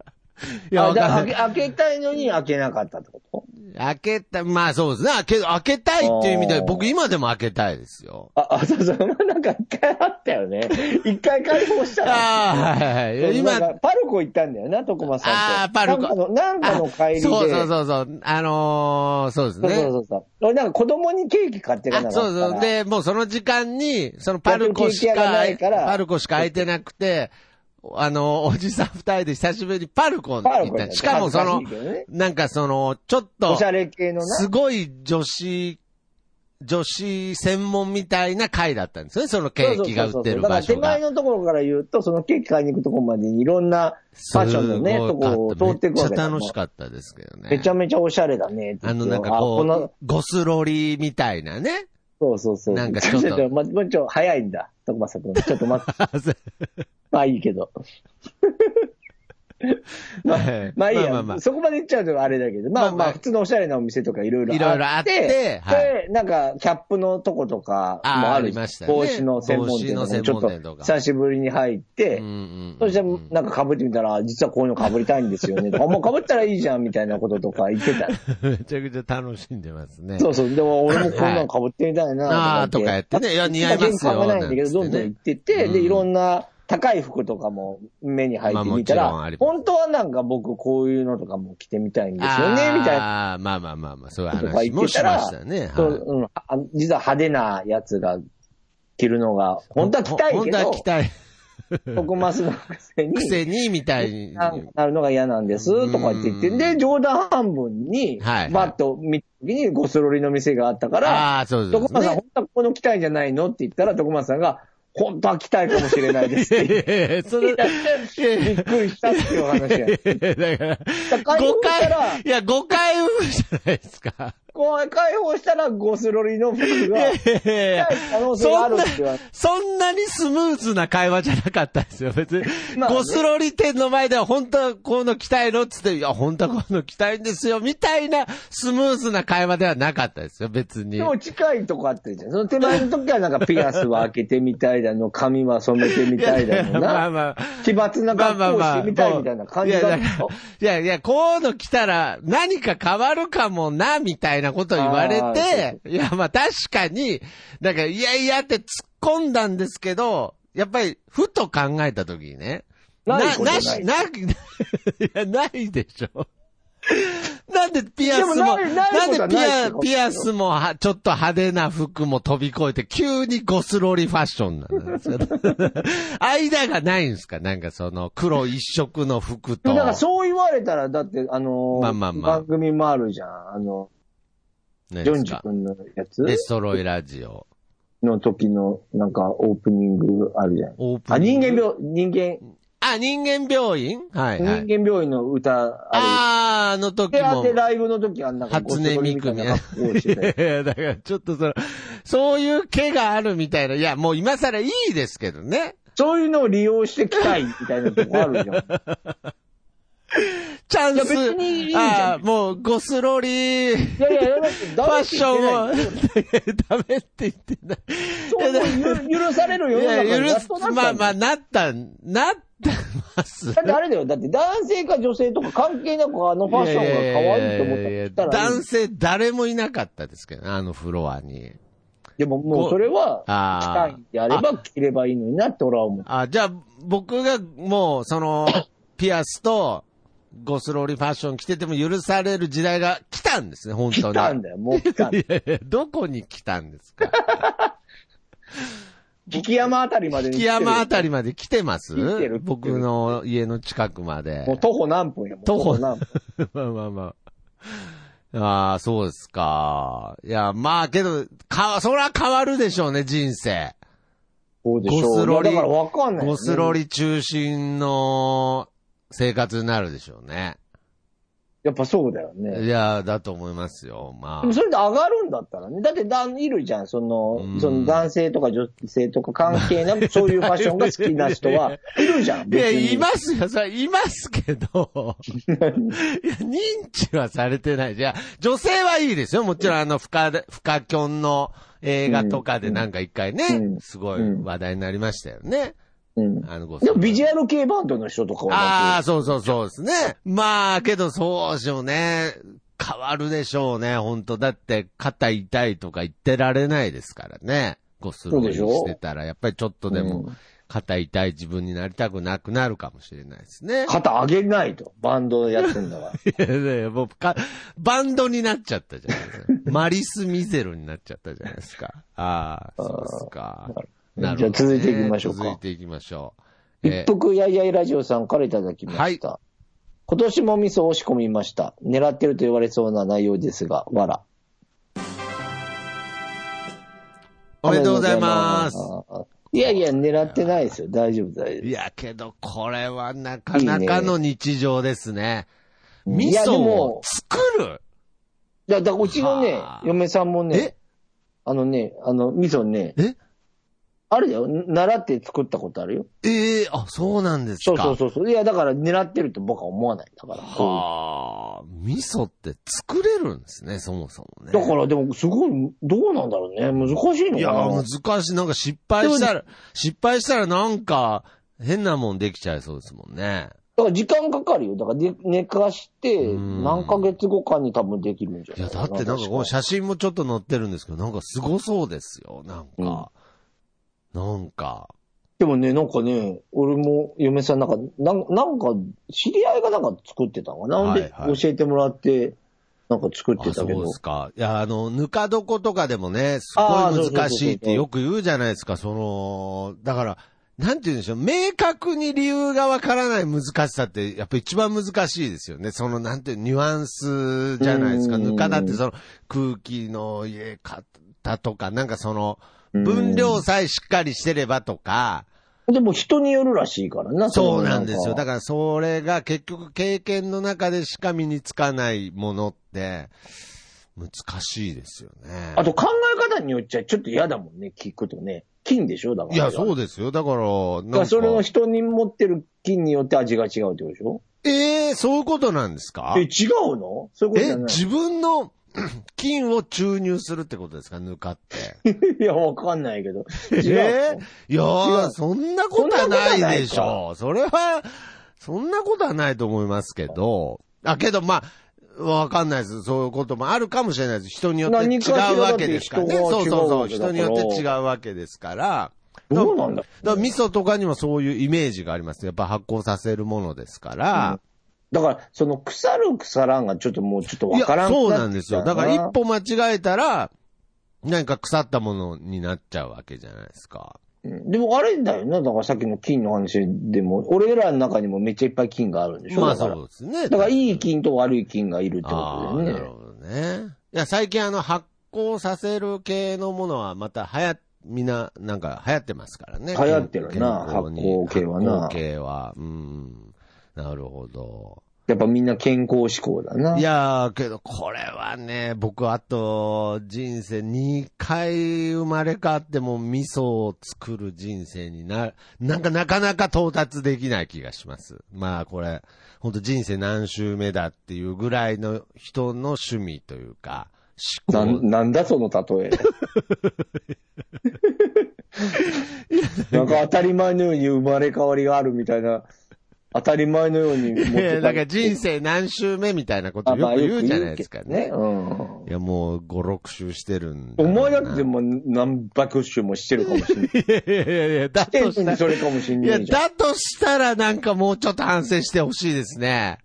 S2: いや、
S1: あ
S2: わ
S1: じゃ
S2: か
S1: あ
S2: ん
S1: 開
S2: な
S1: け
S2: い。
S1: 開けたいのに開けなかったってこと
S2: 開けた、まあそうですね。開け、開けたいっていう意味で、僕今でも開けたいですよ。
S1: あ、あ、そうそう、なんか一回あったよね。一回解放したら。
S2: ああ、はいはい。今、
S1: なんかパルコ行ったんだよな、徳間さんと。
S2: あーパルコ
S1: なんかのなんかの帰りで。
S2: そうそうそうそう。あのー、そうです
S1: そう
S2: ね。
S1: そうそうそう。俺なんか子供にケーキ買っていかなか
S2: あ
S1: った
S2: そ
S1: ら。
S2: うそう。で、もうその時間に、そのパルコし
S1: 焼き肉屋が
S2: か
S1: ない、から
S2: パルコしか空いてなくて、あの、おじさん二人で久しぶりにパルコに
S1: パル
S2: 行
S1: コ
S2: っ。
S1: 行ったた
S2: しかもその
S1: 恥ずかしいけどね、
S2: なんかその、ちょっと
S1: おし、ゃれ系のな。
S2: すごい女子、女子専門みたいな会だったんですね。そのケーキが売っ
S1: そう
S2: てる場
S1: そうそうそうだ
S2: 所
S1: から手前
S2: が。
S1: のところから言うと、そのケーキ買いに行くところまでにいろんなファッションのね、ところを通っていくわけ
S2: めっちゃ
S1: だ
S2: 楽しかったですけどね。
S1: めちゃめちゃおしゃれだねって言
S2: あ
S1: って。
S2: の、なんか
S1: あ
S2: こ
S1: この
S2: う、ゴスロリみたいなね。
S1: そうそうそう。
S2: なんかちょっと
S1: ま、も うちょっと早いんだ、徳正君。ちょっと待って、 まあいいけど。まあ
S2: はい
S1: まあいいや、
S2: まあまあまあ
S1: そこまで行っちゃうとあれだけど、ま
S2: まあ
S1: あ
S2: まあ
S1: まあ普通のおしゃれなお店とかいろいろ
S2: いろいろあって
S1: で、
S2: は
S1: なんかキャップのとことかも
S2: あー
S1: ある
S2: ありましたね
S1: 帽子の専門店とかもちょ
S2: 帽子の専門店
S1: っ
S2: と
S1: と
S2: か
S1: 久しぶりに入って、
S2: うんうん
S1: そしてなんか被ってみたら、実はこういうの被りたいんです よね。あ、もう被ったらいいじゃんみたいなこととか言ってた。
S2: めちゃくちゃ楽しんでますね。
S1: そうそう。でも俺もこんなの被ってみたい
S2: はい
S1: な
S2: あーとかやってねいや似合いますよ
S1: 全然被らないんだけど、どんどん行ってて、
S2: うん
S1: で、いろんな高い服とかも目に入ってみた
S2: まあもちろんあ
S1: ら
S2: り、ます
S1: 本当はなんか僕こういうのとかも着てみたいんですよね、みたいな。
S2: ああ、まあまあまあまあ、そういう
S1: とか
S2: 話
S1: 言っ
S2: も
S1: て
S2: したま
S1: ら、
S2: したね。
S1: そう
S2: はい
S1: うんあ実は派手なやつが着るのが、本当は着たい
S2: 本
S1: け
S2: 当は
S1: ど、
S2: 来たい。
S1: 僕マスのくせに
S2: く、せに、みたいに。
S1: なんかなるのが嫌なんです、とか言って言って、
S2: うん
S1: で、冗談半分に、
S2: はいはい
S1: バッと見た時にゴスロリの店があったから、
S2: ああ、そうそう
S1: 徳
S2: そう、
S1: 間さん、
S2: ね
S1: 本。当はこの着たいんじゃないのって言ったら、徳間さんが、本当は着たいかもしれ ないですって
S2: ええ、そ
S1: 言
S2: れ、
S1: って、びっくりしたっていう話 や。
S2: だから、
S1: 解
S2: 誤
S1: 放したら、
S2: 解、いや、誤解生むじゃないですか。
S1: こう解放したらゴスロリの服が、着
S2: いやいや
S1: たい可能性があるって言われて。
S2: そんなにスムーズな会話じゃなかったんですよ、別に。
S1: まあね
S2: ゴスロリ店の前では本当はこういうの着たいのっつって、いや、本当はこういうの着たいんですよ、みたいなスムーズな会話ではなかったですよ、別に。
S1: でも近いとこあってじゃん。その手前の時はなんかピアスは開けてみたいだの、髪は染めてみたいだの
S2: まあ
S1: な。
S2: まあ。
S1: 奇抜な
S2: まあま
S1: 格
S2: あ
S1: 好を
S2: ま
S1: し
S2: あ。
S1: てみたいみたいな感じだった
S2: いやだからいやいや、こういうの着たら何か変わるかもな、みたいなこと言われ
S1: あー
S2: て、いや、まあ確かに、なんか、いやいやって突っ込んだんですけど、やっぱり、ふと考えたときにね。
S1: ないことない
S2: し、な、 いや、ないでしょ。なんでピアスも、
S1: でも
S2: な
S1: ないない
S2: ん
S1: こと
S2: で
S1: は
S2: ピ
S1: ないって
S2: ア
S1: こと
S2: ピアスもは、ちょっと派手な服も飛び越えて、急にゴスロリファッションなんですか 間がないんですかなんかその、黒一色の服と。
S1: だからそう言われたら、だって、あのー
S2: まあまあまあ
S1: 番組もあるじゃん。あの、
S2: ね
S1: ジョンジ君のやつ
S2: デストロイラジオ。
S1: の時の、なんかオープニングあるじゃん。
S2: オープ
S1: あ、
S2: ニン
S1: 人
S2: グ
S1: 間病、人間、
S2: あ、人間病院はいはい。
S1: 人間病院の歌、あ
S2: あー、あの時
S1: れ。で、あ
S2: も。
S1: で、ライブの時はなんかゴ
S2: 初
S1: ス
S2: 音
S1: ロリみ
S2: ミ
S1: た
S2: ク
S1: い
S2: み
S1: な
S2: たい
S1: 格好をしてた よ。
S2: な。 だからちょっとその、そういう毛があるみたいな。いや、もう今更いいですけどね。
S1: そういうのを利用してきたいみたいなとこある じゃん。
S2: チャンス。
S1: いや別にいいじゃん
S2: あーもうゴスロリー。
S1: いやいや、だって
S2: フ
S1: ダメ
S2: ァッ
S1: って
S2: シ
S1: 言
S2: ョ
S1: ってない
S2: ンを、ダメって言ってない。
S1: そうゆ許される世の中
S2: い
S1: に
S2: や、
S1: や
S2: 許
S1: っと
S2: す
S1: な。っ
S2: ま
S1: た
S2: あ
S1: ん
S2: ま
S1: だ
S2: あ、
S1: よ
S2: なった、なってます。
S1: だってあれだよ。だって男性か女性とか関係なくあのファッションが可愛いと思ったら着たらいい
S2: 男性誰もいなかったですけどね、あのフロアに。
S1: でももうそれは、着たいんであれば着ればいいのになって俺は思う。
S2: あ、じゃあ、僕がもう、その、ピアスと、ゴスローリーファッション着てても許される時代が来たんですね、本
S1: 来
S2: 当に。
S1: たんだよ。もう来たんだよ。
S2: いやいや、どこに来たんですか
S1: 引山あたりまでに来て
S2: 木
S1: る。
S2: 山あたりまで来てます
S1: 来てる
S2: 僕の家の近くまで。
S1: もう徒歩何分やもん。
S2: 徒歩
S1: 何分。
S2: まあまあまあ。ああ、そうですか。いや、まあけど、か、そりゃ変わるでしょうね、人生。
S1: そうでしょう。
S2: ゴスロリ
S1: だからわかんないよね。
S2: ゴスロリ中心の生活になるでしょうね。
S1: やっぱそうだよね。
S2: いや、だと思いますよ。ま
S1: でもそれで上がるんだったらね。だって男いるじゃん。そ
S2: うん
S1: の、その男性とか女性とか関係 なく、そういうファッションが好きな人は、いるじゃん。
S2: あ。いや、
S1: 別に
S2: いますよ。それいますけど。いや、認知はされてない。じゃあ、女性はいいですよ。もちろん、あの、深田、深きょんの映画とかでなんか一回
S1: う
S2: ね、
S1: ん
S2: すごい話題になりましたよね。
S1: うん。
S2: あの、ご
S1: でもビジュ
S2: ア
S1: アル系バンドの人とかは
S2: あ
S1: だ
S2: あ、そうそうそうですね。まあ、けど、そうでしょうね。変わるでしょうね。本当だって、肩痛いとか言ってられないですからね。ゴスロ
S1: そう
S2: リ
S1: でしょ
S2: してたら、やっぱりちょっと
S1: って
S2: でも、肩痛い自分になりたくなくなるかもしれないです ね。
S1: 肩上げないと。バンドやってんだから。
S2: いやいや、もうか、バンドになっちゃったじゃないです か。マリス・ミゼロになっちゃったじゃないですか。ああ、そうですか。なるほど、ね。
S1: じゃあ続いていきましょうか
S2: 続いていきましょう。 え
S1: 一
S2: ー
S1: 服やいやいラジオさんからいただきました。今年も味噌を仕込みました。狙ってると言われそうな内容ですが、わら。
S2: おめでとうございます。
S1: いやいや、狙ってないですよ。大丈夫、大丈
S2: いや、けど、これはなかなかの日常ですね。
S1: 夫。い
S2: 味
S1: や、で
S2: 噌を
S1: も、
S2: 作る
S1: だ、だ、うちのね
S2: はあ、
S1: 嫁さんもね
S2: え、
S1: あのね、あの、味噌ね、
S2: え
S1: あれだよ、習って作ったことあるよ。
S2: ええあ、そうなんです
S1: そう
S2: か。
S1: そうそうそう。いや、だから狙ってると僕は思わない。だから。
S2: はあ、味噌って作れるんですね、そもそもね。
S1: だから、でも、すごい、どうなんだろうね。難しいの
S2: い
S1: か
S2: や
S1: な。
S2: ー、難しい。なんか失敗したら、失敗したらなんか、変なもんできちゃいそうですもんね。
S1: だから時間かかるよ。だからで寝かして、
S2: うん
S1: 何ヶ月後かに多分できるんじゃ
S2: い
S1: な
S2: や、
S1: い
S2: だってなんかこの写真もちょっと載ってるんですけど、なんかすごそうですよ。なんか。なんか。
S1: でもね、なんかね、俺も嫁さんなんか、なんなんか、知り合いがなんか作ってたのかな。
S2: はい
S1: で
S2: はい
S1: 教えてもらって、なんか作っ
S2: あ
S1: て
S2: そ
S1: たけ
S2: う
S1: ど
S2: で。すか。いや、あの、ぬか床とかでもね、す
S1: あーそうそそ
S2: ごいう
S1: うそう
S2: 難しいってよく言うじゃないですか、その、だから、なんて言うんでしょう、明確に理由がわからない難しさって、やっぱ一番難しいですよね。その、なんていう、ニュアンスじゃないですか。
S1: うん
S2: ぬかだってその、空気の入れ方とか、なんかその、分量さえしっかりしてればとか、
S1: でも人によるらしいから な。
S2: そう
S1: の
S2: なんですよ。だ
S1: か
S2: からそれが結局経験の中でしか身につかないものって、難しいですよね。
S1: あと考え方によっちゃちょっと嫌だもんね、聞くとね。金でしょだから。
S2: いや、そう
S1: だ。
S2: ですよ。だから、
S1: だか
S2: なん
S1: ら
S2: か、
S1: それの人に持ってる金によって味が違うってことでしょ
S2: ええそういうことなんですか
S1: え、
S2: え
S1: 違うのそういうことじゃない
S2: 自分の 金を注入するってことですかぬかって。
S1: いや、わかんないけど。
S2: え
S1: 違う
S2: えいや
S1: 違
S2: ー、
S1: う
S2: そんなことはないでしょう。それは、そんなことはないと思いますけど。あ、けど、まあ、わかんないです。そういうこともあるかもしれないです。人によって
S1: 何かしら
S2: 違うわけですからね。
S1: だって人
S2: そう
S1: が
S2: そ
S1: 違うわ
S2: うそう。人
S1: け
S2: に
S1: だ
S2: よ
S1: から
S2: って違うわけですから。
S1: どうなんだ
S2: だから味噌とかにもそういうイメージがあります。やっぱ発酵させるものですから。
S1: だから、その腐る腐らんがちょっともうちょっとわ
S2: い
S1: から
S2: や、
S1: んく
S2: そう
S1: な
S2: な
S1: っ
S2: ん
S1: て
S2: で
S1: き
S2: す
S1: た
S2: よ。だから一歩間違えたら、なんか腐ったものになっちゃうわけじゃないですか。
S1: うんでもあれだよな、だからさっきの金の話でも、俺らの中にもめっちゃいっぱい金があるんでしょ
S2: ま
S1: だ
S2: あ
S1: から
S2: そうですね。
S1: だからいい金と悪い金がいるって
S2: あ
S1: ことだ
S2: あ、なる
S1: よね。
S2: ほどね。いや、最近あの、発酵させる系のものはまた流行っ、みんな、なんか流行ってますからね。
S1: 流行ってるな
S2: 健康に
S1: 発酵系はな
S2: 発酵系は。うん。なるほど。
S1: やっぱみんな健康志向だな。
S2: いやー、けどこれはね、僕あと、人生2回生まれ変わっても味噌を作る人生にな、なんかなかなか到達できない気がします。まあこれ、ほんと人生何周目だっていうぐらいの人の趣味というか、思
S1: な
S2: 考。
S1: んなんだその 例え。なんか当たり前のように生まれ変わりがあるみたいな、当たり前のように持って
S2: いやだか
S1: た
S2: ら人生何周目みたいなこと
S1: あ
S2: よ
S1: まあ
S2: く言
S1: よ
S2: う
S1: く
S2: じゃ
S1: 言
S2: ないうで
S1: け
S2: すか
S1: ど
S2: ね
S1: ね。。うん。
S2: いやもう5、6周してるんだ
S1: お
S2: ろうな。
S1: 前だってもう何百周もしてるかもしれな い。
S2: いやいやいや、だと
S1: して
S2: し
S1: ん
S2: た
S1: の
S2: ら
S1: にそれかもしん
S2: いや、
S1: ないじゃん。
S2: だとしたらなんかもうちょっと反省してほしいですね。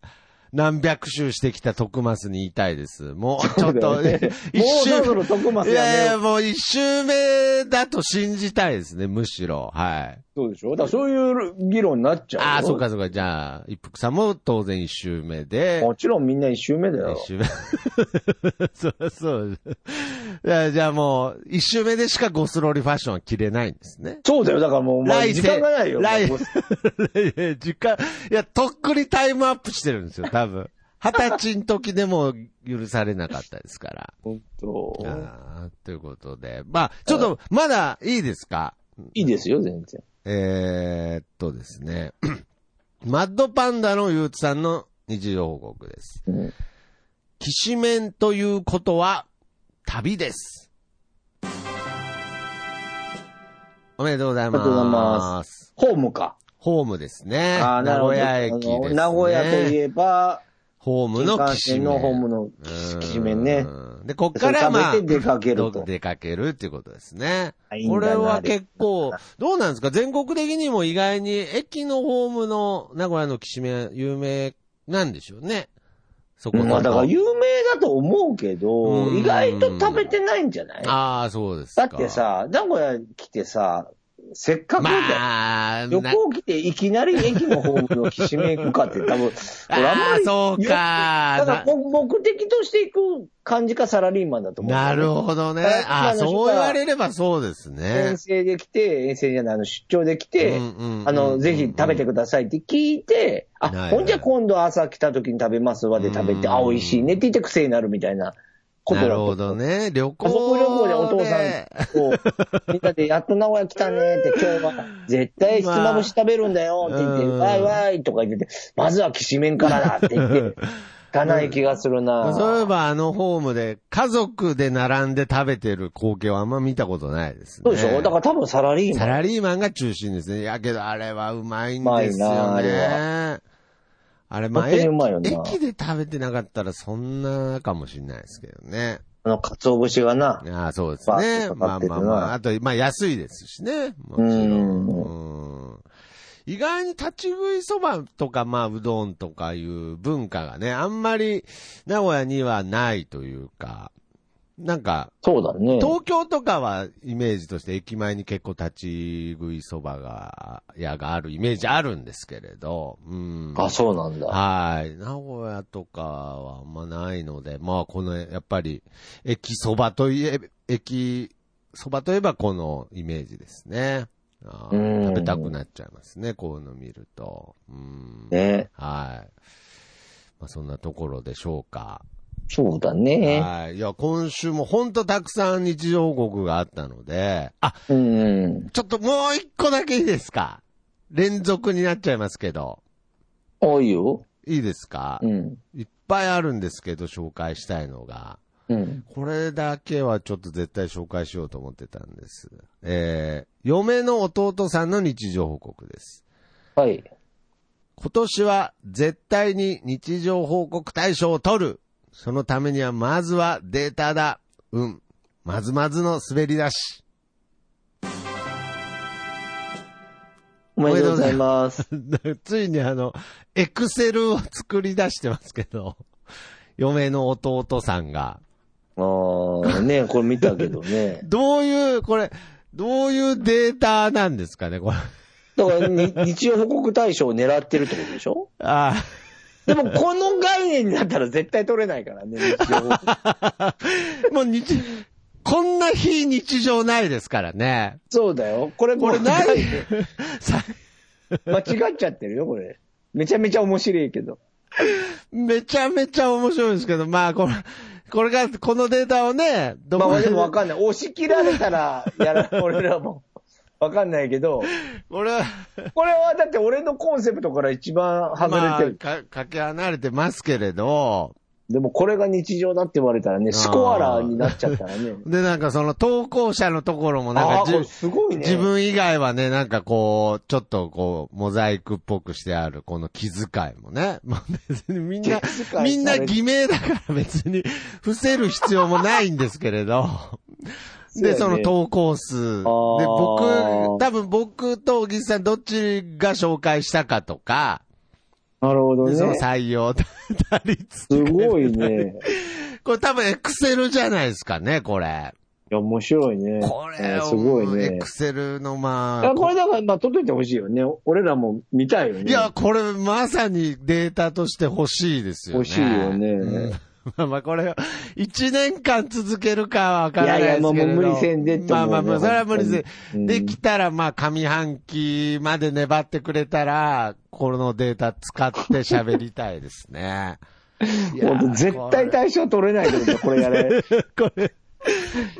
S2: 何百周してきた徳松に言いたいです。もうちょっ
S1: そ
S2: と、
S1: うだよね
S2: 一周
S1: もうそろそろ徳松
S2: い
S1: やめよう
S2: やいや、もう一周目だと信じたいですね、むしろ。はい。
S1: そうでしょだからそういう議論になっちゃうよ。
S2: ああ、そうかそうか。じゃあ、一服さんも当然一周目で。
S1: もちろんみんな一周目だよ
S2: 一。周目。 そりゃそうじゃあ。じゃあもう、一周目でしかゴスロリファッションは着れないんですね。
S1: そうだよ。だからもうお前
S2: 来世
S1: 時間がないよ。
S2: 来
S1: もう
S2: 世いや時間、いや、とっくにタイムアップしてるんですよ、多分。二十歳の時でも許されなかったですから。
S1: 本当。
S2: あーということで。まあ、ちょっと、まだいいですか
S1: いいですよ、全然。
S2: えー、っとですね。 マッドパンダのゆうつさんの日常報告です。
S1: うん
S2: きしめんということは、旅です。おめでとうございます。。
S1: ありがとうございますホームか。
S2: ホームですね。
S1: あー
S2: 名古屋
S1: あ
S2: 駅
S1: の
S2: です、ね。
S1: 名古屋といえば、
S2: ホーム
S1: 新
S2: の
S1: 幹
S2: きしめ
S1: 線
S2: ん。
S1: のホームの
S2: うん
S1: きしめんね。。
S2: で、こっからまあ、
S1: それ食べて出かけると
S2: ど出かけるっていうことですね
S1: あいい。んだ
S2: こ
S1: な
S2: れは結構、どうなんですか全国的にも意外に駅のホームの名古屋のきしめん有名なんでしょうね。そこ
S1: まあだから
S2: あ
S1: 有名だと思うけど、
S2: うん
S1: 意外と食べてないんじゃないだ
S2: あー、そうですか。
S1: って、さ、名古屋来てさ、せっかくで、
S2: まあ、
S1: 旅
S2: な
S1: 行来ていきなり駅のホームのきしめん行くかって 多分、俺あんま
S2: あ
S1: り
S2: ーそうか
S1: だから目目的として行く感じかサラリーマンだと思う。
S2: なるほどね。ああ、そう言われればそうですね
S1: 遠。征で来て、遠征じゃない、あの出張で来て、
S2: うんうんうんうん
S1: あの、ぜひ食べてくださいって聞いて、
S2: はいは
S1: あ、
S2: い
S1: ほんじゃ今度朝来た時に食べますわで食べて、
S2: うん
S1: あ、美味しいねって言って癖になるみたいなこと
S2: な
S1: だ
S2: る
S1: と思
S2: ほ
S1: う。
S2: どね。旅行
S1: 家族旅行でお父さ
S2: で
S1: んこう、みんなでやっと名古屋来たねって、今日は絶対ひつまぶし食べるんだよって言って、
S2: まあ
S1: わいわいとか言ってて、まずはきしめんからだって言って、行かない気がするな
S2: そういえばあのホームで家族で並んで食べてる光景はあんま見たことないですね。
S1: そうでしょだから多分サラリーマ
S2: サ
S1: ン。
S2: ラリーマンが中心ですね。いやけどあれはうまい
S1: う
S2: んです
S1: まい
S2: よ
S1: なあれ
S2: ね。あれ、まあ、
S1: 本当にうまいよな
S2: 駅駅で食べてなかったらそんなかもしれないですけどね。
S1: あの、鰹節がな、
S2: ああ、そうですね。ま
S1: バーッ
S2: あ
S1: とかかっててな
S2: まあまあ。あと、まあ安いですしね。もちろん。うん意外に立ち食いそばとか、まあうどんとかいう文化がね、あんまり名古屋にはないというか、なんか、
S1: そうだね。
S2: 東京とかはイメージとして駅前に結構立ち食いそばが、屋があるイメージあるんですけれど、うん。
S1: あ、そうなんだ。
S2: はい。名古屋とかはあんまないので、まあこの、やっぱり、駅そばといえ、駅そばといえばこのイメージですね。あー
S1: うん
S2: 食べたくなっちゃいますね、こういうの見ると。うん。
S1: ね。
S2: はい。まあそんなところでしょうか。
S1: そうだね。
S2: はい。いや、今週もほんとたくさん日常報告があったので、あ、
S1: うん。
S2: ちょっともう一個だけいいですか連続になっちゃいますけど、
S1: 多いよ。
S2: いいですか
S1: うん。
S2: いっぱいあるんですけど、紹介したいのが。
S1: うん。
S2: これだけはちょっと絶対紹介しようと思ってたんです。えー、嫁の弟さんの日常報告です。
S1: はい。
S2: 今年は絶対に日常報告対象を取る。そのためにはまずはデータだ。うん。まずまずの滑り出し。
S1: おめでとうございます。
S2: ついにあの、エクセルを作り出してますけど、嫁の弟さんが。
S1: あー、ねこれ見たけどね。
S2: どういう、これ、どういうデータなんですかね、これ。
S1: だからに、日曜報告対象を狙ってるってことでしょ
S2: あ あ。
S1: でも、この概念になったら絶対取れないからね、日曜報告。
S2: もう日、こんな非日常ないですからね。
S1: そうだよ。これも
S2: こ
S1: う、
S2: れない。さ
S1: 間違っちゃってるよ、これ。めちゃめちゃ面白いけど。
S2: めちゃめちゃ面白いですけど、まあ、これ、これが、このデータをね、ど
S1: ま
S2: こ
S1: あ、でもわかんない。押し切られたら、やら、 俺らも。わかんないけど。
S2: これは、
S1: これはだって俺のコンセプトから一番外れ
S2: ま
S1: て
S2: あ、
S1: る。
S2: か、かけ離れてますけれど、
S1: でもこれが日常だって言われたらね、
S2: ー
S1: スコアラーになっちゃったらね。
S2: で、なんかその投稿者のところもな
S1: あ
S2: ん
S1: あ、
S2: か
S1: こ
S2: じゅ
S1: れすごいね。
S2: 自分以外はね、なんかこう、ちょっとこう、モザイクっぽくしてある、この気遣いもね。 まあ別にみんな
S1: 気遣いさ、れ
S2: みんな偽名だから別に伏せる必要もないんですけれど。 で、
S1: そ
S2: そう
S1: やね
S2: の投稿数。で、
S1: ー
S2: 僕、多分僕と小木さんどっちが紹介したかとか、
S1: なるほど
S2: でその
S1: ね。
S2: 採用 打率。
S1: すごいね。
S2: これ多分エクセルじゃないですかね、これ。
S1: いや、面白いね。
S2: これ
S1: あ
S2: を、
S1: すごい
S2: エ
S1: ね
S2: ク。セルのま
S1: い
S2: あ。
S1: やこれだから、まあ、撮っといてほしいよね。俺らも見たいよね。
S2: いや、、これまさにデータとして欲しいですよね。
S1: 欲しいよね
S2: うん まあまあこれ、一年間続けるかはわからない
S1: い
S2: です
S1: や
S2: けれ
S1: いや
S2: ど。
S1: もう無理せんでって
S2: まあ
S1: 思うね
S2: まあまあ、それは無理せ
S1: 本当にうん
S2: ん。できたらまあ上半期 まで粘ってくれたら、このデータ使って喋りたいですね。いや
S1: 本当絶対対象取れないけどね、これやれ。
S2: これ。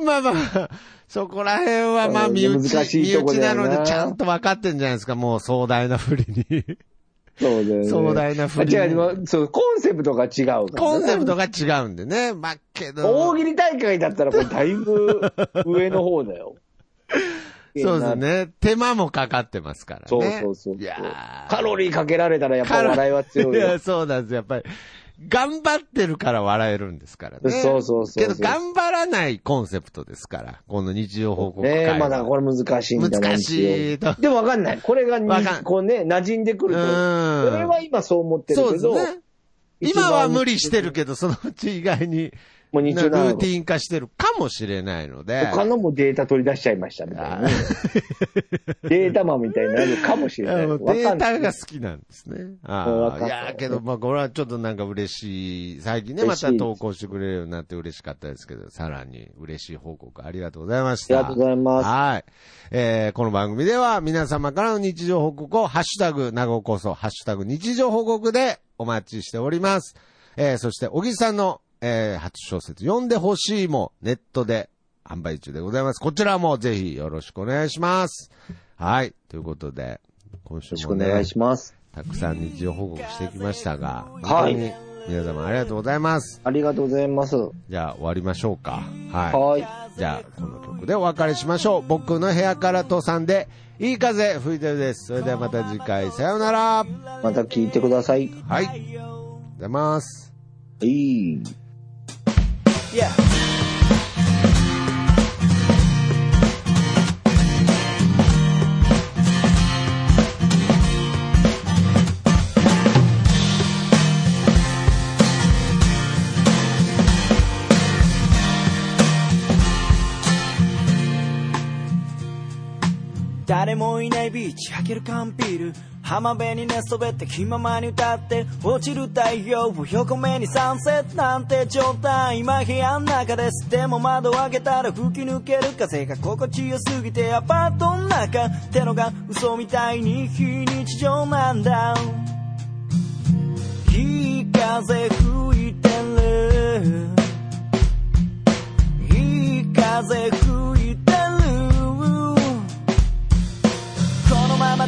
S2: まあまあ、そこら辺はまあ
S1: うん
S2: 身内、
S1: 難しい
S2: 身
S1: とこ
S2: 内
S1: だ
S2: な
S1: よな
S2: のでちゃんと分かってんじゃないですか、もう壮大なふりに。
S1: そうだよね。
S2: 壮大な振り
S1: あ違う、でもそう、コンセプトが違うからね
S2: コンセプトが違うんでね。まあけど。
S1: 大喜利大会だったら、これだいぶ上の方だよ。
S2: そうです。ね。手間もかかってますからね。
S1: そうそうそう。
S2: いや
S1: カロリーかけられたらやっぱ笑いは強い
S2: や、
S1: よ。
S2: そうなんです。やっぱり、頑張ってるから笑えるんですからね。
S1: そうそうそうそう
S2: けど、頑張らないコンセプトですから、この日常報告会
S1: ね
S2: は。
S1: え、まあだからこれ難しいんだな
S2: 難しいと
S1: でもわかんない。これがに
S2: わかん
S1: こうね、馴染んでくると。
S2: う
S1: 俺
S2: ん
S1: は今そう思ってる
S2: そう
S1: け
S2: です
S1: ど、
S2: ね。今は無理してるけど、そのうち意外に、
S1: もう
S2: ル
S1: 日曜なの
S2: ーティン化してるかもしれないので。
S1: 他のもデータ取り出しちゃいましたみたいなね。 データマンみたいになるかもし
S2: い
S1: れな
S2: や
S1: い。
S2: もう
S1: わ
S2: デ
S1: か
S2: ー
S1: んな
S2: タ
S1: い。
S2: が好きなんですね。
S1: わ
S2: あ
S1: かん
S2: あ。
S1: ないい
S2: や、けど、まあ、これはちょっとなんか嬉しい。最近ね、ま
S1: 嬉しい
S2: た投稿してくれるようになって嬉しかったですけど、さらに嬉しい報告ありがとうございました。
S1: ありがとうございます
S2: はい。えー、この番組では皆様からの日常報告を、ハッシュタグ、名古屋こそ、ハッシュタグ日常報告でお待ちしております。えー、そして、小木さんの、えー、初小説、読んでほしいも、ネットで販売中でございます。こちらもぜひよろしくお願いします。はい。ということで、今
S1: よ
S2: 週
S1: ろしく
S2: も
S1: お
S2: ね、
S1: 願いします。
S2: たくさん日常報告してきましたが、
S1: はい
S2: 本当に皆様ありがとうございます。
S1: ありがとうございます。は
S2: じゃあ終わりましょうか。はい。
S1: い。
S2: じゃあ、この曲でお別れしましょう。僕の部屋からとさんで、いい風吹いてるです。それではまた次回、さようなら。はい。
S1: また聞いてください。
S2: ありがとうございます。
S1: いい。
S3: Yeah.「誰もいないビーチ開ける缶ビール」「浜辺に寝そべって気ままに歌って」「落ちる太陽を横目にサンセットなんて状態」「今部屋の中です」「でも窓を開けたら吹き抜ける風が心地よすぎて」「アパートの中ってのが嘘みたいに非日常なんだ」「いい風吹いてる」「いい風吹いてる」このまま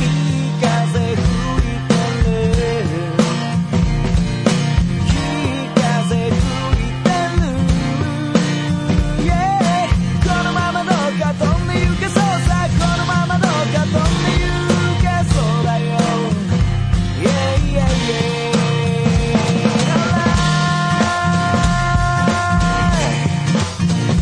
S3: いい風吹いてるいい風吹いてる Yeah このままどうか飛んで行けそうさこのままどうか飛んで行けそうだよ Yeah, yeah, yeah. Alright.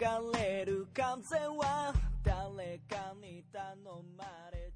S3: 流れる風は誰かに頼まれて